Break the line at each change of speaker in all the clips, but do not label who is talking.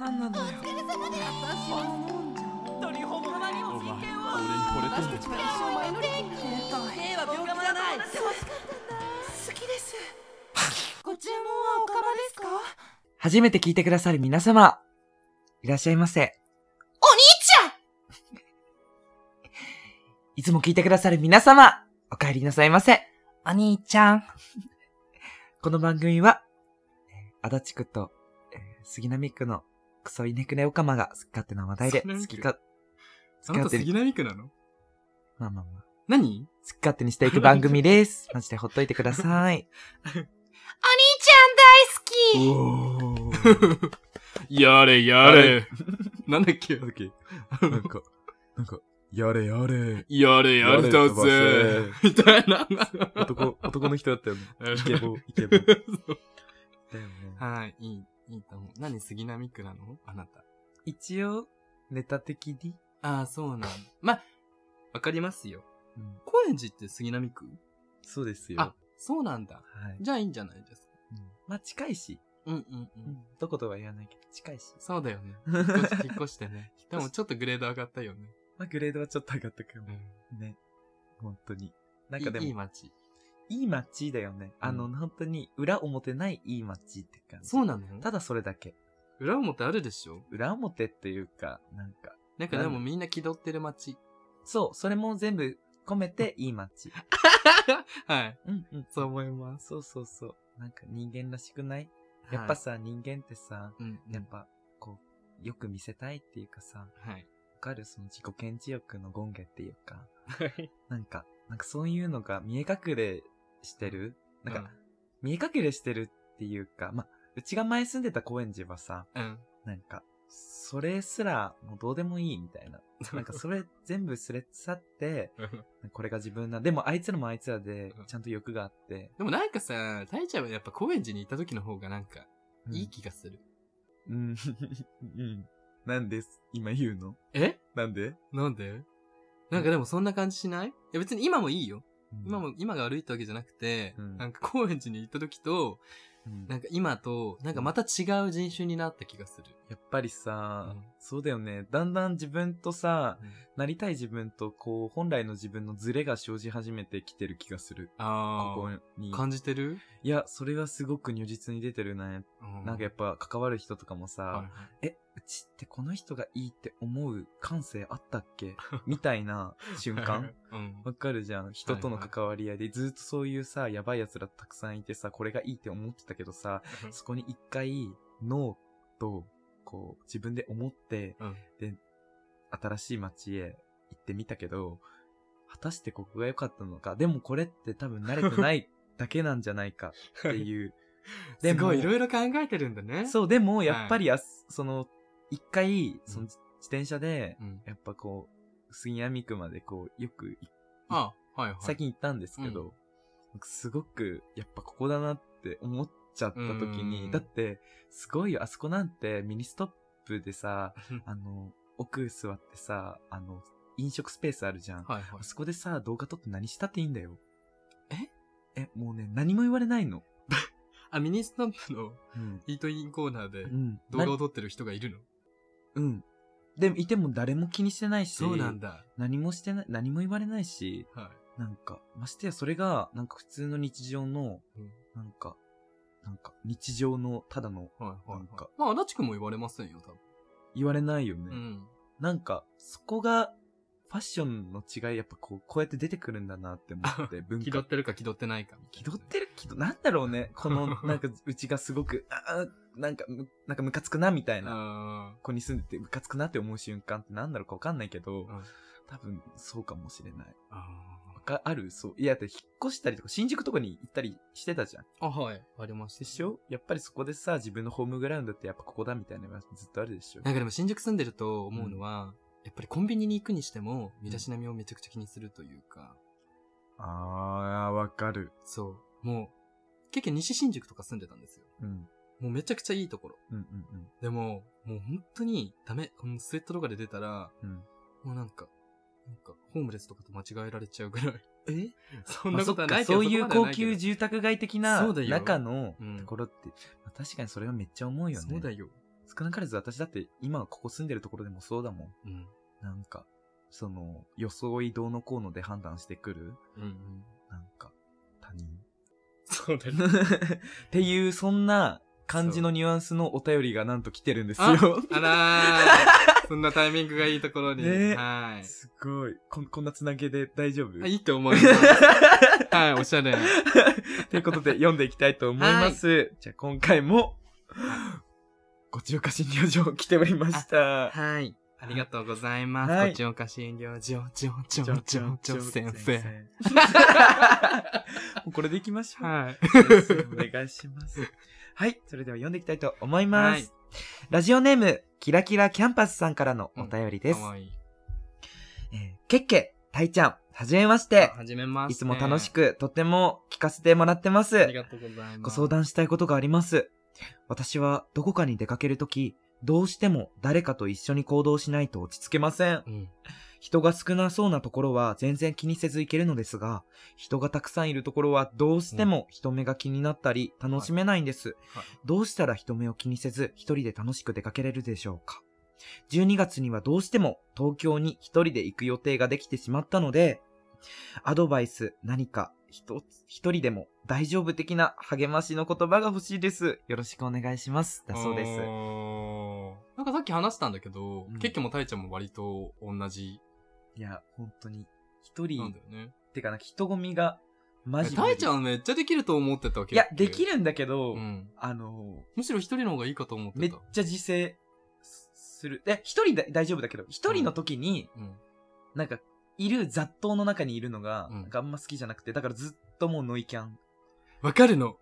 何なのよ私は飲んじゃおう
ドリホモにも
お前
人権を
俺に惚れ
私
てんの
たちは一生前乗り切れた兵は病気じゃない
僕
好きですご注文はおかまですか
初めて聞いてくださる皆様、いらっしゃいませ。お兄ちゃん いつも聞いてくださる皆様、お帰りなさいませ。お兄ちゃん。この番組は、えー足立区と、えー杉並区のクソイネクネオカマが好き勝手な話題で、
杉並
好
区
きか、
あなた杉並区なの
まあまあまあ、好
何
き勝手にしていく番組です。マジでほっといてください。
おー
やれや
あ
れ
れ、なんだっけなんだっけ
なんか、
なんか、やれやれ。
やれやれだぜ、みたいな。
男、男の人だったよね。イケボ、イケボ。 だよね。はい、いい、いいと思う。何杉並区なのあなた。
一応、ネタ的に
ああ、そうなんだ。ま、わかりますよ。
うん
高円寺って杉並区
そうです
あ、そうなんだ。
はい。
じゃあいいんじゃないですか。
まあ近いし、
うんうんうん。
どことは言わないけど、近いし。
そうだよね。
ま
引っ越し引っ越して ね。でもちょっとグレード上がったよね。
あグレードはちょっと上がったけど
う、ん。
ね。本当に。なんかでも、
い
い
い
い
街。
街だよね。あの、本当に裏表ないいい街って感じ。
そうなの
ただそれだけ。
裏表あるでしょ
裏表というか、なんか、
なんかでもみんな気取ってる街。
そう、それも全部込めていい街。
はい。
うんうん。
そう思います。
そうそうそう。なんか人間らしくないやっぱさ、人間ってさ、
はい、うん、
やっぱ、こう、よく見せたいっていうかさ、
はい。
わかるその自己顕示欲の権限っていうか。なんか、なんかそういうのが見え隠れしてるなんか、見え隠れしてるっていうか、まあ、うちが前住んでた高円寺はさ、
うん。
なん か、それすらもうどうでもいいみた いな。なんかそれ全部すれ去って、これが自分な。でもあいつらもあいつらで
うん、
ちゃんと欲があって。
でもなんかさ、大ちゃんはやっぱ高円寺に行った時の方がなんか、
うん
いい気がする。
うん。 うん。なんです今言うの
え
なんで、
なんでなんかでもそんな感じしないいや別に今もいいよ。
うん
今、も、今が悪いってわけじゃなくて、
うん
なんか高円寺に行った時と、
うん
なんか今と、なんかまた違う人種になった気がする。
やっぱりさ、
うん
そうだよね。だんだん自分とさ、
うん
なりたい自分と、こう、本来の自分のズレが生じ始めてきてる気がする。
あ
こ
ー
こに。
感じてる、
いや、それはすごく如実に出てるね。なんかやっぱ関わる人とかもさ、
ぱはい、
え、うちってこの人がいいって思う感性あったっけみたいな瞬 間
うん。
わかるじゃん。人との関わり合いで、ずっとそういうさ、やばい奴らたくさんいてさ、これがいいって思ってたけどさ、そこに一回、ノーと、こう、自分で思って、
うん
で、新しい街へ行ってみたけど、果たしてここが良かったのか、でもこれって多分慣れてないだけなんじゃないかって いう。ですも
ごい、いろいろ考えてるんだね。う。
そう、でも、やっぱりあす、その、一回、その、
うん
自転車で、
ん、
やっぱこう、杉並区までこう、よく、
あ、はいはい。
最近行ったんですけど、僕すごく、やっぱここだなって思っちゃった時
う
に、
ん
だって、すごいよ、あそこなんてミニストップでさ、あの、奥座ってさ、あの、飲食スペースあるじゃん。
はいはい
あ。そこでさ、動画撮って何したっていいんだよ。
え
え、もうね、何も言われないの。
あ、ミニスタンプの
うん。
イートインコーナーで
うん。
動画を撮ってる人がいるの
うん。でも、いても誰も気にしてないし、
そうなんだ。
何もしてない、何も言われないし、
は
なんか、ましてやそれが、なんか普通の日常の、
うん
なんか、なんか、日常の、ただの、
い。はいはい、
なんか
まあ、足立くんも言われませんよ、多
言われないよね。
分。うん。
なんか、そこが、ファッションの違い、やっぱこう、こうやって出てくるんだなって思 って、文
気
化
取ってるか気取ってないかみたい
気
な
取ってる気取なんだろうね。こ の、なんか、うちがすごく、あーなんか、むなんかムカつくな、みたいな。
あ
ここに住んでてムカつくなって思う瞬間ってなんだろうかわかんないけど
ー、あ。
多分、そうかもしれない。
あ
わか、あるそう。いや、だって引っ越したりとか、新宿とかに行ったりしてたじゃん。
あ、はい。ありました。
でしょやっぱりそこでさ、自分のホームグラウンドってやっぱここだみたいなのがずっとあるでしょ
なんかでも新宿住んでると思うのは、やっぱりコンビニに行くにしても、身だしなみをめちゃくちゃ気にするというか、
あー、わかる。
そう。もう、結局西新宿とか住んでたんですよ。
うん。
もうめちゃくちゃいいところ。
うん
でも、もう本当にダメ。このスウェットとかで出たら、
うんうん。
もうなんか、なんか、ホームレスとかと間違えられちゃうぐらい。
うん。え
そん
ま
な
あ、そ
こ
っ
とは
か
ないけど、
そういう
こ
高
までは
級
ないけ
住宅街的な
そうだよ
中の
うん
ところって、まあ確かにそれはめっちゃ思う
ど
よね。
そうだよ。
少なからず私だって今ここ住んでるところでもそうだもん。
うん。
なんか、その、装いどうのこうので判断してくる、
うんうん。
なんか、他人。
そうだね。
っていう、そんな感じのニュアンスのお便りがなんと来てるんですよ。
あらー。そんなタイミングがいいところに。
ね
はい。
すごい。こんこんなつなげで大丈夫
あいいと思います。はい、おしゃれ。
ということ で、読んでいきたいと思います。じゃあ、今回も、ご中華診療所来ておりました。
はい。ありがとうございます。
はい
こちおか診療所、ちょ、ちょ、ちょ、ちょ、ちょ、先生。。
もうこれでいきましょう。
はい。
お願いします。はい、それでは読んでいきたいと思います。
はい
ラジオネーム、キラキラキャンパスさんからのお便りです。
かわいい。
えー、ケッケ、タイちゃん、はじめまして。
あ始めます。
いつも楽し。く、とても聞かせてもらってま
あ
す
り。がとうございます。
ご相談したいことがあります。私はどこかに出かけるとき、どうしても誰かと一緒に行動しないと落ち着けません。
うん。
人が少なそうなところは全然気にせず行けるのですが、人がたくさんいるところはどうしても人目が気になったり楽しめないんです。
はい
どうしたら人目を気にせず一人で楽しく出かけれるでしょうか12月にはどうしても東京に一人で行く予定ができてしまったので、アドバイス何か一つ一人でも大丈夫的な励ましの言葉が欲しいです。よろしくお願いします。だそうです。
おーなんかさっき話したんだけど、
うん
ケッケもタイちゃんも割と同じ
いや、本当に一
なん
人
だ、よね。
ってかなんか人混みがマジ無
タ
理
イちゃんめっちゃできると思ってたわけ
いや、でき
る
るんだけど、
うん。
あの
むしろ一人の方がいいかと思っ
ー、め
て。
ったちゃ自制すする。え、一人で大丈夫だけど、一人の時に、
うん。
なんか、いる雑踏の中にいるのが、
うん
なんかあんま好きじゃなくて、だからずっともうノイキャン、
わかるの。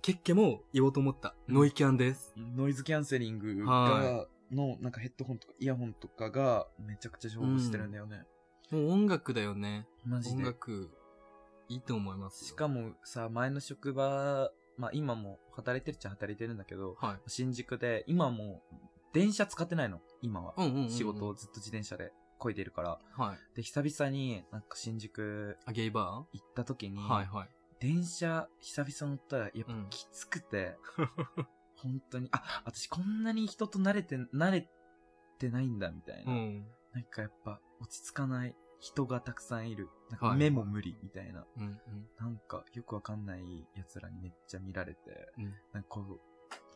ケッケも言おうと思った。ノイキャンです。
ノイズキャンセリング
は
が、の、なんかヘッドホンとかイヤホンとかが、めちゃくちゃ重宝してるんだよね。
もう音楽だよね。
マジ
音
で。
楽、いいと思いますよ。
しかもさ、前の職場、まあ今も働いてるっちゃ働いてるんだけど、
はい。
新宿で、今もう、電車使ってないの、今は。
うんうんうんうん
仕事をずっと自転車で漕いでるから。
はい。
で、久々になんか新宿
あ、ゲイバ
行った時に、
ーはいはい。
電車久々乗ったらやっぱ
うん
きつくて、 本当に、あ、私こんなに人と慣れて、慣れてないんだみたいな。
うん。
なんかやっぱ落ち着かない。人がたくさんいる。なん
は
か
い
目も無理みたいな。
うんうん。
なんかよくわかんない奴らにめっちゃ見られて、
うん
なんかこう、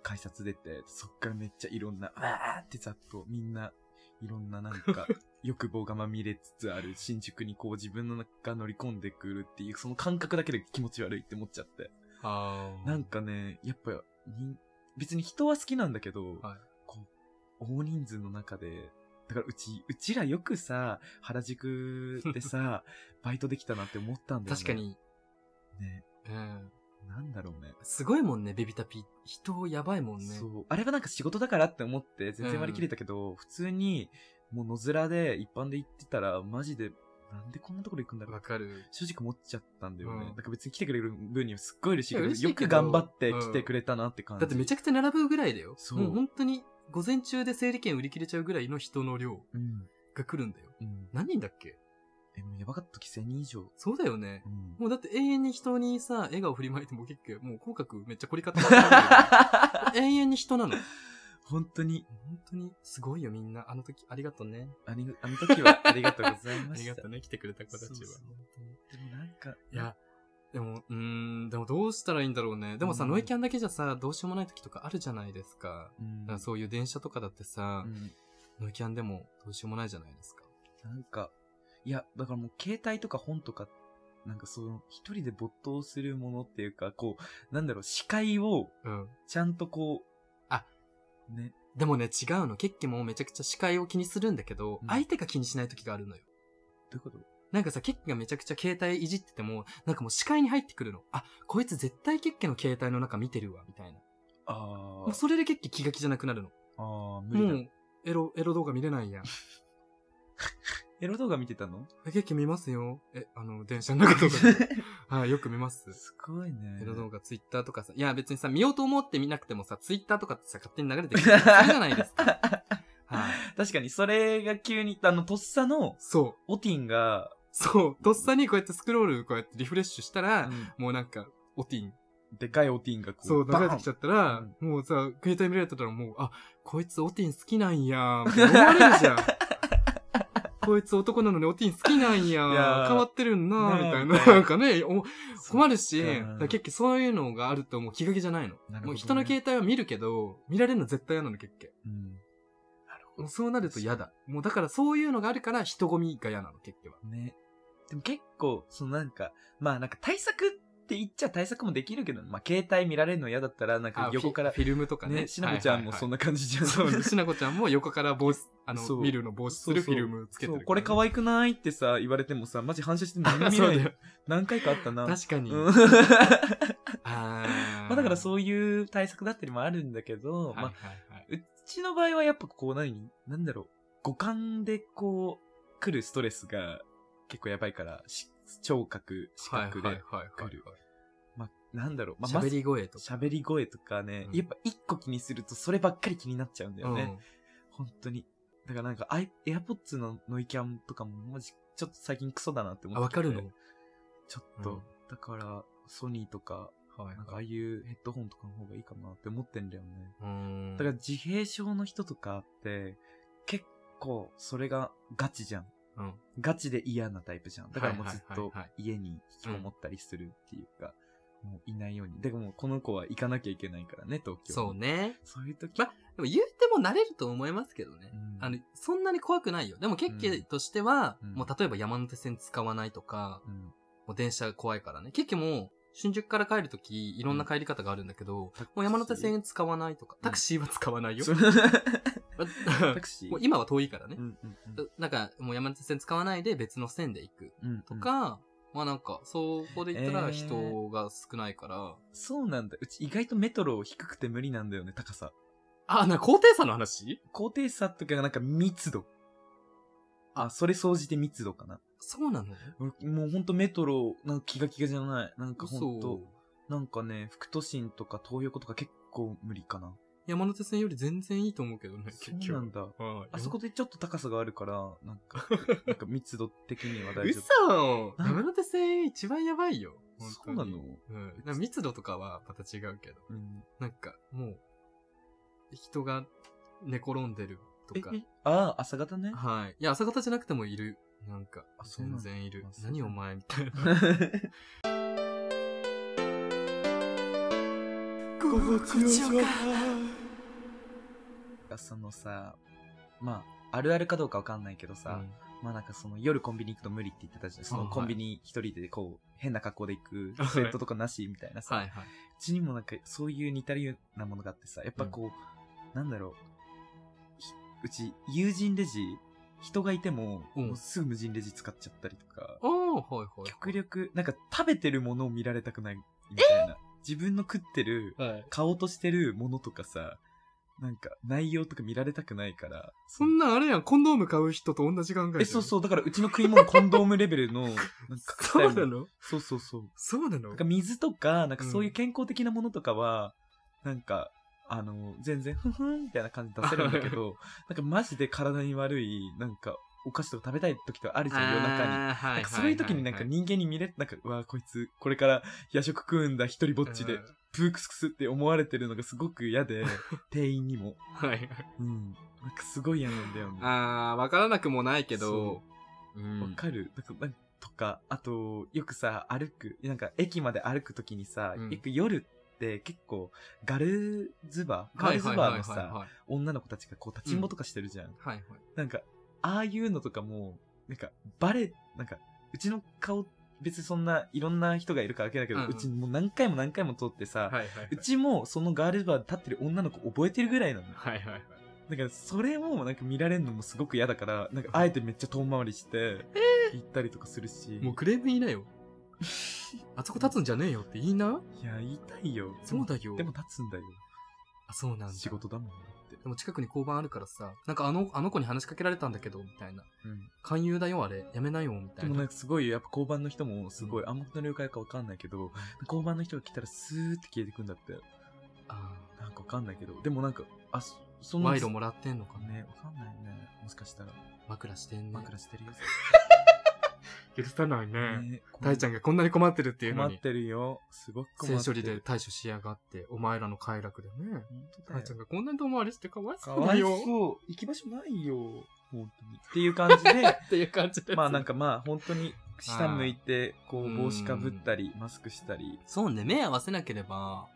改札出て、そっからめっちゃいろんな、わーってざっとみんな、いろんななん か、欲望がまみれつつある新宿にこう自分の中乗り込んでくるっていう、その感覚だけで気持ち悪いって思っちゃって。
あー
なんかね、やっぱ、に別に人は好きなんだけど、
はい
こう、大人数の中で、だからうち、うちらよくさ、原宿で さ、バイトできたなって思ったんだよね。
確か。に、
ね、
うん。
なんだろうね。
すごいもんね、ベビタピ。人やばいもんね。
そう。あれはなんか仕事だからって思って、全然割り切れたけど、普通に、もう野面で一般で行ってたら、マジで、なんでこんなところ行くんだろ
わ
う。
かる。
正直思っちゃったんだよね。
う
な
ん
んか別に来てくれる分にはすっごい嬉しいけ
い
ど、
や嬉し
よ
いけ
く
ど
頑張って来てくれたなって感じ。
だってめちゃくちゃ並ぶぐらいだよ。
そう
もう本当に、午前中で整理券売り切れちゃうぐらいの人の量
うん。
が来るんだよ。
うん。
何人だっけ
え、もうやばかった時1000人以上。
そうだよね
う。ん。
もうだって永遠に人にさ、笑顔振りまいても結局、もう口角めっちゃ凝り固まってる んだよ永遠に人なの。
本当に、
本当にすごいよみんな。あの時ありがとうね。
ありあの時はありがとうござい
あ
ま
り
した。
がとうね。来てくれた子たちは。
そうそうでもなんか、
いや、でも、うーん、でもどうしたらいいんだろうね。でもさ、
うん
ノイキャンだけじゃさ、どうしようもない時とかあるじゃないですか。
うん、
だからそういう電車とかだってさ
う、ん
ノイキャンでもどうしようもないじゃないですか。
なんか、いや、だからもう携帯とか本とか、なんかその、一人で没頭するものっていうか、こう、なんだろう、視界を、
うん。
ちゃんとこう、
あ、
ね、
でもね、違うの。ケッケもめちゃくちゃ視界を気にするんだけど、
うん
相手が気にしない時があるのよ。
どういうこと
なんかさ、ケッケがめちゃくちゃ携帯いじってても、なんかもう視界に入ってくるの。あ、こいつ絶対ケッケの携帯の中見てるわ、みたいな。
あ
もうそれでケッケ気が気じゃなくなるの。
あ、ああ、無理だ。
もう、エロ、エロ動画見れないや ん。
エロ動画見てたの
え、ケッケ見ますよ。え、あの、電車の中と かで。はい、よく見ます。
すごいね。
エロ動画、ツイッターとかさ、いや別にさ、見ようと思って見なくてもさ、ツイッターとかってさ、勝手に流れてくるじゃないですか。はい。
確かに、それが急に、あの、とっさの、
そう。
オティンが、
そう。とっさにこうやってスクロール、こうやってリフレッシュしたら、
うん
もうなんか、オティン、
でかいオティンがこう、
そう、流
バ
れ
ー
て
ン
きちゃったら、もうさ、携帯見られてたらもう、あ、こいつオティン好きなんや、って思われる じゃん。こいつ男なのにオティン好きなんや、
いやー
変わってるんな、み
ね
た
え
いな。なんかね、お困るし、
そっ
だ
か
から結局そういうのがあるともう気が気じゃない
な
の。
るほどね
もう人の携帯は見るけど、見られるの絶対嫌なの、結局。
うん
もうそうなると嫌だ。もうだからそういうのがあるから人混みが嫌なの、結局は。
ね。でも結構、そのなんか、まあなんか対策って言っちゃ対策もできるけど、まあ携帯見られるの嫌だったら、なんか
あ
横から
フ、ィフィルムとかね。
ね、しなこちゃんも
はいはいはい
そんな感じじゃん。
そうね、しなこちゃんも横から防止、あ
そ
の、
う
見るの防止するフィルムつけてる、
そう、これ可愛くないってさ、言われてもさ、マジ反射して何も見
そう
な
だよ
い。何回かあったな。
確かに。
うん
あ
ま
あ
あだから
う
そういう対策だったりもあるんだけど、
はい
ま
は
あ、
いはい。
うちの場合はやっぱこう何、なんだろう、五感でこう、来るストレスが結構やばいから、し聴覚、視覚で、
はいはいはいはい
来るまあなんだろう、まあ、
喋り声とか。
喋り声とかね、
うん
やっぱ一個気にするとそればっかり気になっちゃうんだよね。本当に。だからなんか、アイ AirPods のノイキャンとかもマジ、ちょっと最近クソだなって
う
思
ん
って
あ、わかるの
ちょっと、
うん
だから、ソニーとか、
はい
なんかああいうヘッドホンとかの方がいいかなって思ってんだよね。
うん
だから自閉症の人とかって、結構それがガチじゃん。
うん
ガチで嫌なタイプじゃん。だからもうずっ
はいはい
と
はいはい
家に引きこもったりするっていうか、もういないように。でもこの子は行かなきゃいけないからね、東京。
そう。ね。
そういう時、
までも言うても慣れると思いますけどね。
うん
あの、そんなに怖くないよ。でも結局としては、
うん
もう例えば山手線使わないとか、
うん
もう電車が怖いからね。結局もう、新宿から帰るとき、いろんな帰り方があるんだけど、
タクシー
もう山手線使わないとか、
ん
タクシーは使わないよ。
そう タクシー
もう今は遠いからね
う。んうん
なんか、もう山手線使わないで別の線で行く
うんうん
とか、まあなんか、そこで言った
え
ら
ー
人が少ないから、
そうなんだ。うち意外とメトロ低くて無理なんだよね、高さ。
あ、な、高低差の話
高低差とかがなんか密度。あ、それ総じて密度かな。
そうなの
俺もうほんとメトロ、なんか気が気がじゃない。なんかほん
嘘
と、なんかね、副都心とか東横とか結構無理かな。
山手線より全然いいと思うけどね、結
そう
局
なんだ。
はい
あそこでちょっと高さがあるから、なん か、なんか密度的には大丈夫。
嘘
うん
山手線一番やばいよ。本
そ
当
う
に
なの
うん。なんか密度とかはまた違うけど。
うん。
なんか、もう、人が寝転んでるとか。
えああ、朝方ね。
はい。いや、朝方じゃなくてもいる。なんか
あ、そうなんだ
全然いる
あ。そうなん
何
だ
お前 みたいな。
心地よか
そのさ、まあ、あるあるかどうかわかんないけどさ、
うん
まあなんかその夜コンビニ行くと無理って言ってたじゃん。そ
あ
の
はい
コンビニ一人でこう、変な格好で行く、スウェットとかなしみたいなさ。
はいはい。
うちにもなんかそういう似たりようなものがあってさ、やっぱこう、なんだろう。ひうち、友人レジ、人がいても、
うん
もうすぐ無人レジ使っちゃったりとか、
ああ、はいはい。
極力、なんか食べてるものを見られたくないみたいな。自分の食ってる、
はい。
買おうとしてるものとかさ、なんか内容とか見られたくないから。
そんなあれやん、コンドーム買う人と同じ考え。
え、そうそう、だからうちの食い物コンドームレベルの、なんか
う。
隠したい
そ
も
うなの
そうそうそう。
そうなの
なんか水とか、なんか
うん
そういう健康的なものとかは、なんか、あの、全然、ふふんみたいな感じ出せるんだけ ど、なんかマジで体に悪い、なんか、お菓子とか食べたい時とかあるじゃん、夜中に。
あーは
ないんかそういう時になんか人間に見れ、なんか、うわーこいつ、これから夜食食うんだ、一人ぼっちで、プークスクスって思われてるのがすごく嫌 で、店員にも。
はいはい。
うん。なんかすごい嫌なんだよね。
あー、わからなくもないけど
そ、
うん
わかるなんかなんかとか、あと、よくさ、歩く、なんか駅まで歩くときにさ、
うん
よく夜って結構、ガルズバーガ
は
ー
い
ルズ
はい
バー
はい
の
はい
さ、
はい。
女の子たちがこう立ちんぼとかしてるじゃん。
はいはい。
なんか、ああいうのとかも、なんか、バレ、なんか、うちの顔、別にそんないろんな人がいるからわけだけど、
う
うん
うん
ちもう何回も何回も通ってさ、
はいはいはいう
ちもそのガールズバーで立ってる女の子覚えてるぐらいなの。
はいはいはい。
だからそれもなんか見られるのもすごく嫌だから、なんかあえてめっちゃ遠回りして、行ったりとかするし。
もうクレーム言い なよ。あそこ立つんじゃねえよって言いな。
いや、言いたいよ。
そうだよ。
でも立つんだよ。
あ、そうなんだ。
仕事だもんだって。
でも近くに交番あるからさ、なんかあの、あの子に話しかけられたんだけど、みたいな。
うん
勧誘だよ、あれ。やめなよ、みた
で
い
も
な。
なんかすごい、やっぱ交番の人もすごい、
う
暗黙の了解かわかんないけど、交番の人が来たらスーって消えてくんだって。
あ
なんかわかんないけど。でもなんか、あ、そそ
ー
の。
賄賂もらってんのかな。
ね、わかんないね。もしかしたら、
枕してんね。
枕してるよ。
許さないね。
ね
大ちゃんがこんなに困ってるっていうの
困っ
に、
てるよ。すごく困
性
って
処
る。
理で対処しやがって、お前らの快楽でね。
本当だ
大ち
よ。
ゃんがこんなに遠回りしてかわい
か
そう
わ
だ
い
よ。
そう。行き場所ないよ。本当に。っていう感じで、
っていう感じで
まあなん
か。
かまあ本当に下向いて、こ
う
うん帽子かぶったり、マスクしたり。
そうね、目合わせなければ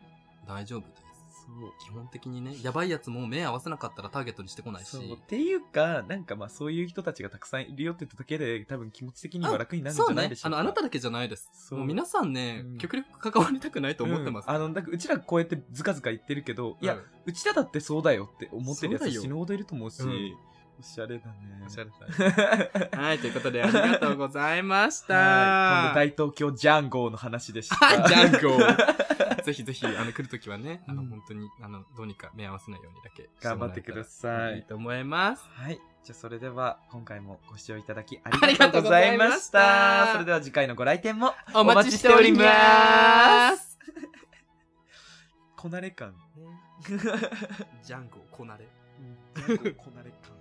大丈夫です。
そう。
基本的にね、やばいやつも目合わせなかったらターゲットにしてこないし
そう。っていうか、なんかまあそういう人たちがたくさんいるよって言っただけで、多分気持ち的には楽になるんじ
そう
ゃない
ね
でし。ょ
あ
うか。
の、あなただけじゃないです。
そう
もう皆さんね
うん、
極力関わりたくないと思ってます。
うんあの、なんかうちらこうやってずかずか言ってるけど、いや、
うん、
うちらだってそうだよって思ってるや
そう
つ
だよ
死ぬほどいると思うし、
うん
おしゃれだね。
おしゃれ
はい。
はい、ということで、ありがとうございまし
今
た。
度大東京ジャンゴーの話でした。
ジャンゴー。 ぜひぜひ、あの、来るときはね、あの、
うん
本当に、あの、どうにか目合わせないようにだけして
頑
も
張
ら
って
えた
くだ
ら
さ
いい
い。
と思います。
はい。じゃあそれでは今回もご視聴いただきあ
あり
り
が
が
と
と
う
うご
ござ
ざ
い
い
ま
ま
し
したた。それでは次回のご来店も
お待ちしております。
こなれ感。
ジャンゴー、こなれ。
ジャンゴーこなれ感。